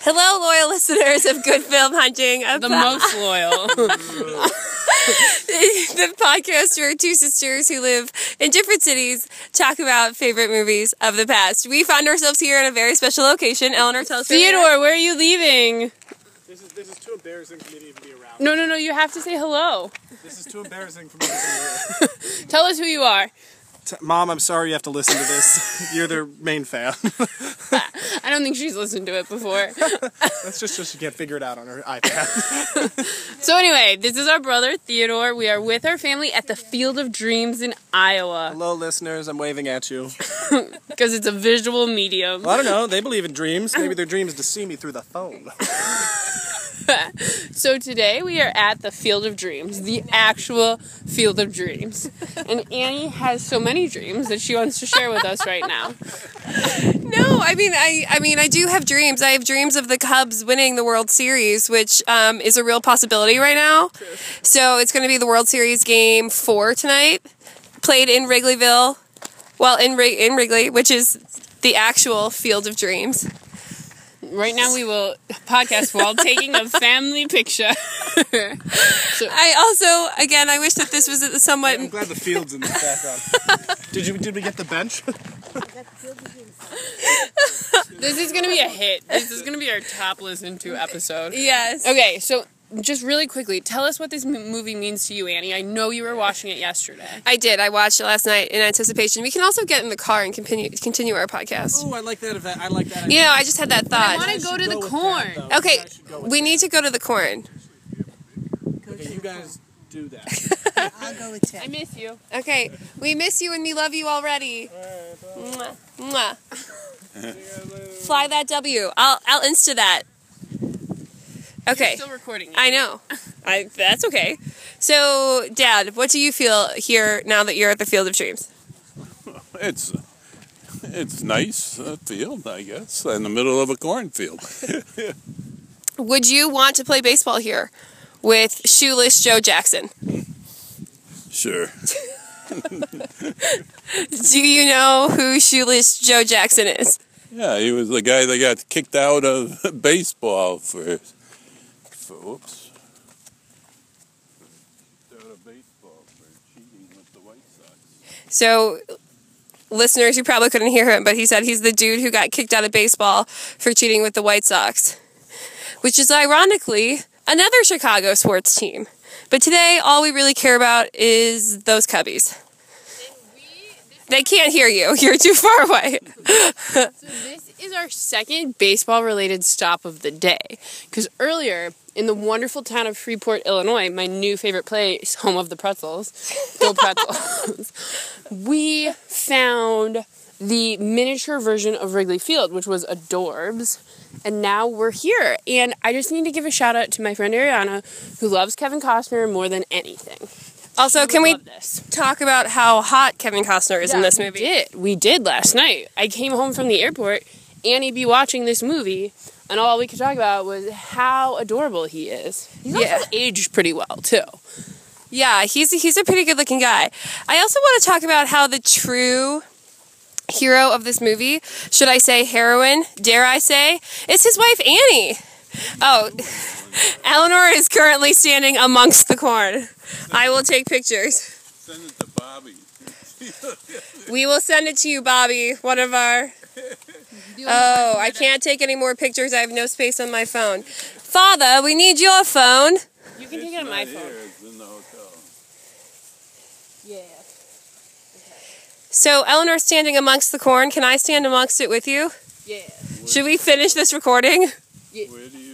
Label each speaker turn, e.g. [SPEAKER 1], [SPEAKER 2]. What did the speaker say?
[SPEAKER 1] Hello, loyal listeners of Good Film Hunting. a
[SPEAKER 2] The
[SPEAKER 1] po-
[SPEAKER 2] most loyal.
[SPEAKER 1] the podcast where two sisters who live in different cities talk about favorite movies of the past. We found ourselves here in a very special location. Eleanor, tell us. where we are.
[SPEAKER 2] Theodore, where are you leaving?
[SPEAKER 3] This is this is too embarrassing for me to even be around.
[SPEAKER 2] No, no, no, you have to say hello.
[SPEAKER 3] This is too embarrassing for me to be
[SPEAKER 2] Tell us who you are.
[SPEAKER 3] around. Mom, I'm sorry you have to listen to this. You're their main fan.
[SPEAKER 2] I don't think she's listened to it before.
[SPEAKER 3] That's just so she can't figure it out on her iPad.
[SPEAKER 2] So anyway, this is our brother Theodore. We are with our family at the Field of Dreams in Iowa
[SPEAKER 3] Hello, listeners. I'm waving at you.
[SPEAKER 2] because it's a visual medium.
[SPEAKER 3] Well, I don't know. They believe in dreams. Maybe their dream is to see me through the phone.
[SPEAKER 2] So today we are at the Field of Dreams, the actual Field of Dreams. And Annie has so many dreams that she wants to share with us right now.
[SPEAKER 1] No, I mean, I, I mean, I do have dreams. I have dreams of the Cubs winning the World Series, which um, is a real possibility right now. So it's going to be the World Series game four tonight, played in Wrigleyville. Well, in Wrig- in Wrigley, which is the actual Field of Dreams.
[SPEAKER 2] Right now we will podcast while taking a family picture.
[SPEAKER 1] I also, again, I wish that this was a somewhat.
[SPEAKER 3] I'm glad the field's in the background. Did you? Did we get the bench?
[SPEAKER 2] This is gonna be a hit. This is gonna be our top listened to episode.
[SPEAKER 1] Yes.
[SPEAKER 2] Okay, so just really quickly, tell us what this m- movie means to you, Annie. I know you were watching it yesterday.
[SPEAKER 1] I did. I watched it last night in anticipation. We can also get in the car and continue continue our podcast.
[SPEAKER 3] Oh, I like that event. I like that.
[SPEAKER 1] You know, I just had that
[SPEAKER 2] I
[SPEAKER 1] thought.
[SPEAKER 2] want to go to the corn.
[SPEAKER 1] Okay, we need to go to the corn.
[SPEAKER 3] Okay, you guys do that.
[SPEAKER 4] I'll go with Ted.
[SPEAKER 2] I miss you.
[SPEAKER 1] Okay, we miss you and we love you already. Mwah. Mwah. Fly that W. I'll I'll insta that. Okay,
[SPEAKER 2] Still recording.
[SPEAKER 1] I know. I that's okay. So, Dad, what do you feel here now that you're at the Field of Dreams?
[SPEAKER 5] It's it's nice uh, field, I guess, in the middle of a cornfield.
[SPEAKER 1] Would you want to play baseball here with shoeless Joe Jackson?
[SPEAKER 5] Sure.
[SPEAKER 1] Do you know who shoeless Joe Jackson is?
[SPEAKER 5] Yeah, he was the guy that got kicked out of baseball for for whoops. Out of baseball for cheating with the White Sox.
[SPEAKER 1] So, listeners, you probably couldn't hear him, but he said he's the dude who got kicked out of baseball for cheating with the White Sox, which is ironically another Chicago sports team. But today, all we really care about is those Cubbies. They can't hear you. You're too far away.
[SPEAKER 2] This is our second baseball related stop of the day. Because earlier, in the wonderful town of Freeport, Illinois, my new favorite place, home of the pretzels, Go Pretzels, we found the miniature version of Wrigley Field, which was adorbs. And now we're here. And I just need to give a shout out to my friend Ariana, who loves Kevin Costner more than anything.
[SPEAKER 1] Also, can we
[SPEAKER 2] Love this?
[SPEAKER 1] talk about how hot Kevin Costner is in this movie?
[SPEAKER 2] We did. We did last night. I came home from the airport, Annie be watching this movie, and all we could talk about was how adorable he is. He's
[SPEAKER 1] Yeah.
[SPEAKER 2] also aged pretty well too.
[SPEAKER 1] Yeah, he's he's a pretty good looking guy. I also want to talk about how the true hero of this movie, should I say heroine, dare I say, is his wife Annie. Oh, Eleanor is currently standing amongst the corn. I will take pictures.
[SPEAKER 5] Send it to Bobby.
[SPEAKER 1] We will send it to you, Bobby. One of our. Oh, I can't take any more pictures. I have no space on my phone. Father, we need your phone.
[SPEAKER 2] You can take it on my phone.
[SPEAKER 5] It's in the hotel.
[SPEAKER 4] Yeah.
[SPEAKER 1] So Eleanor's standing amongst the corn. Can I stand amongst it with you?
[SPEAKER 4] Yeah.
[SPEAKER 1] Should we finish this recording?
[SPEAKER 5] Where do you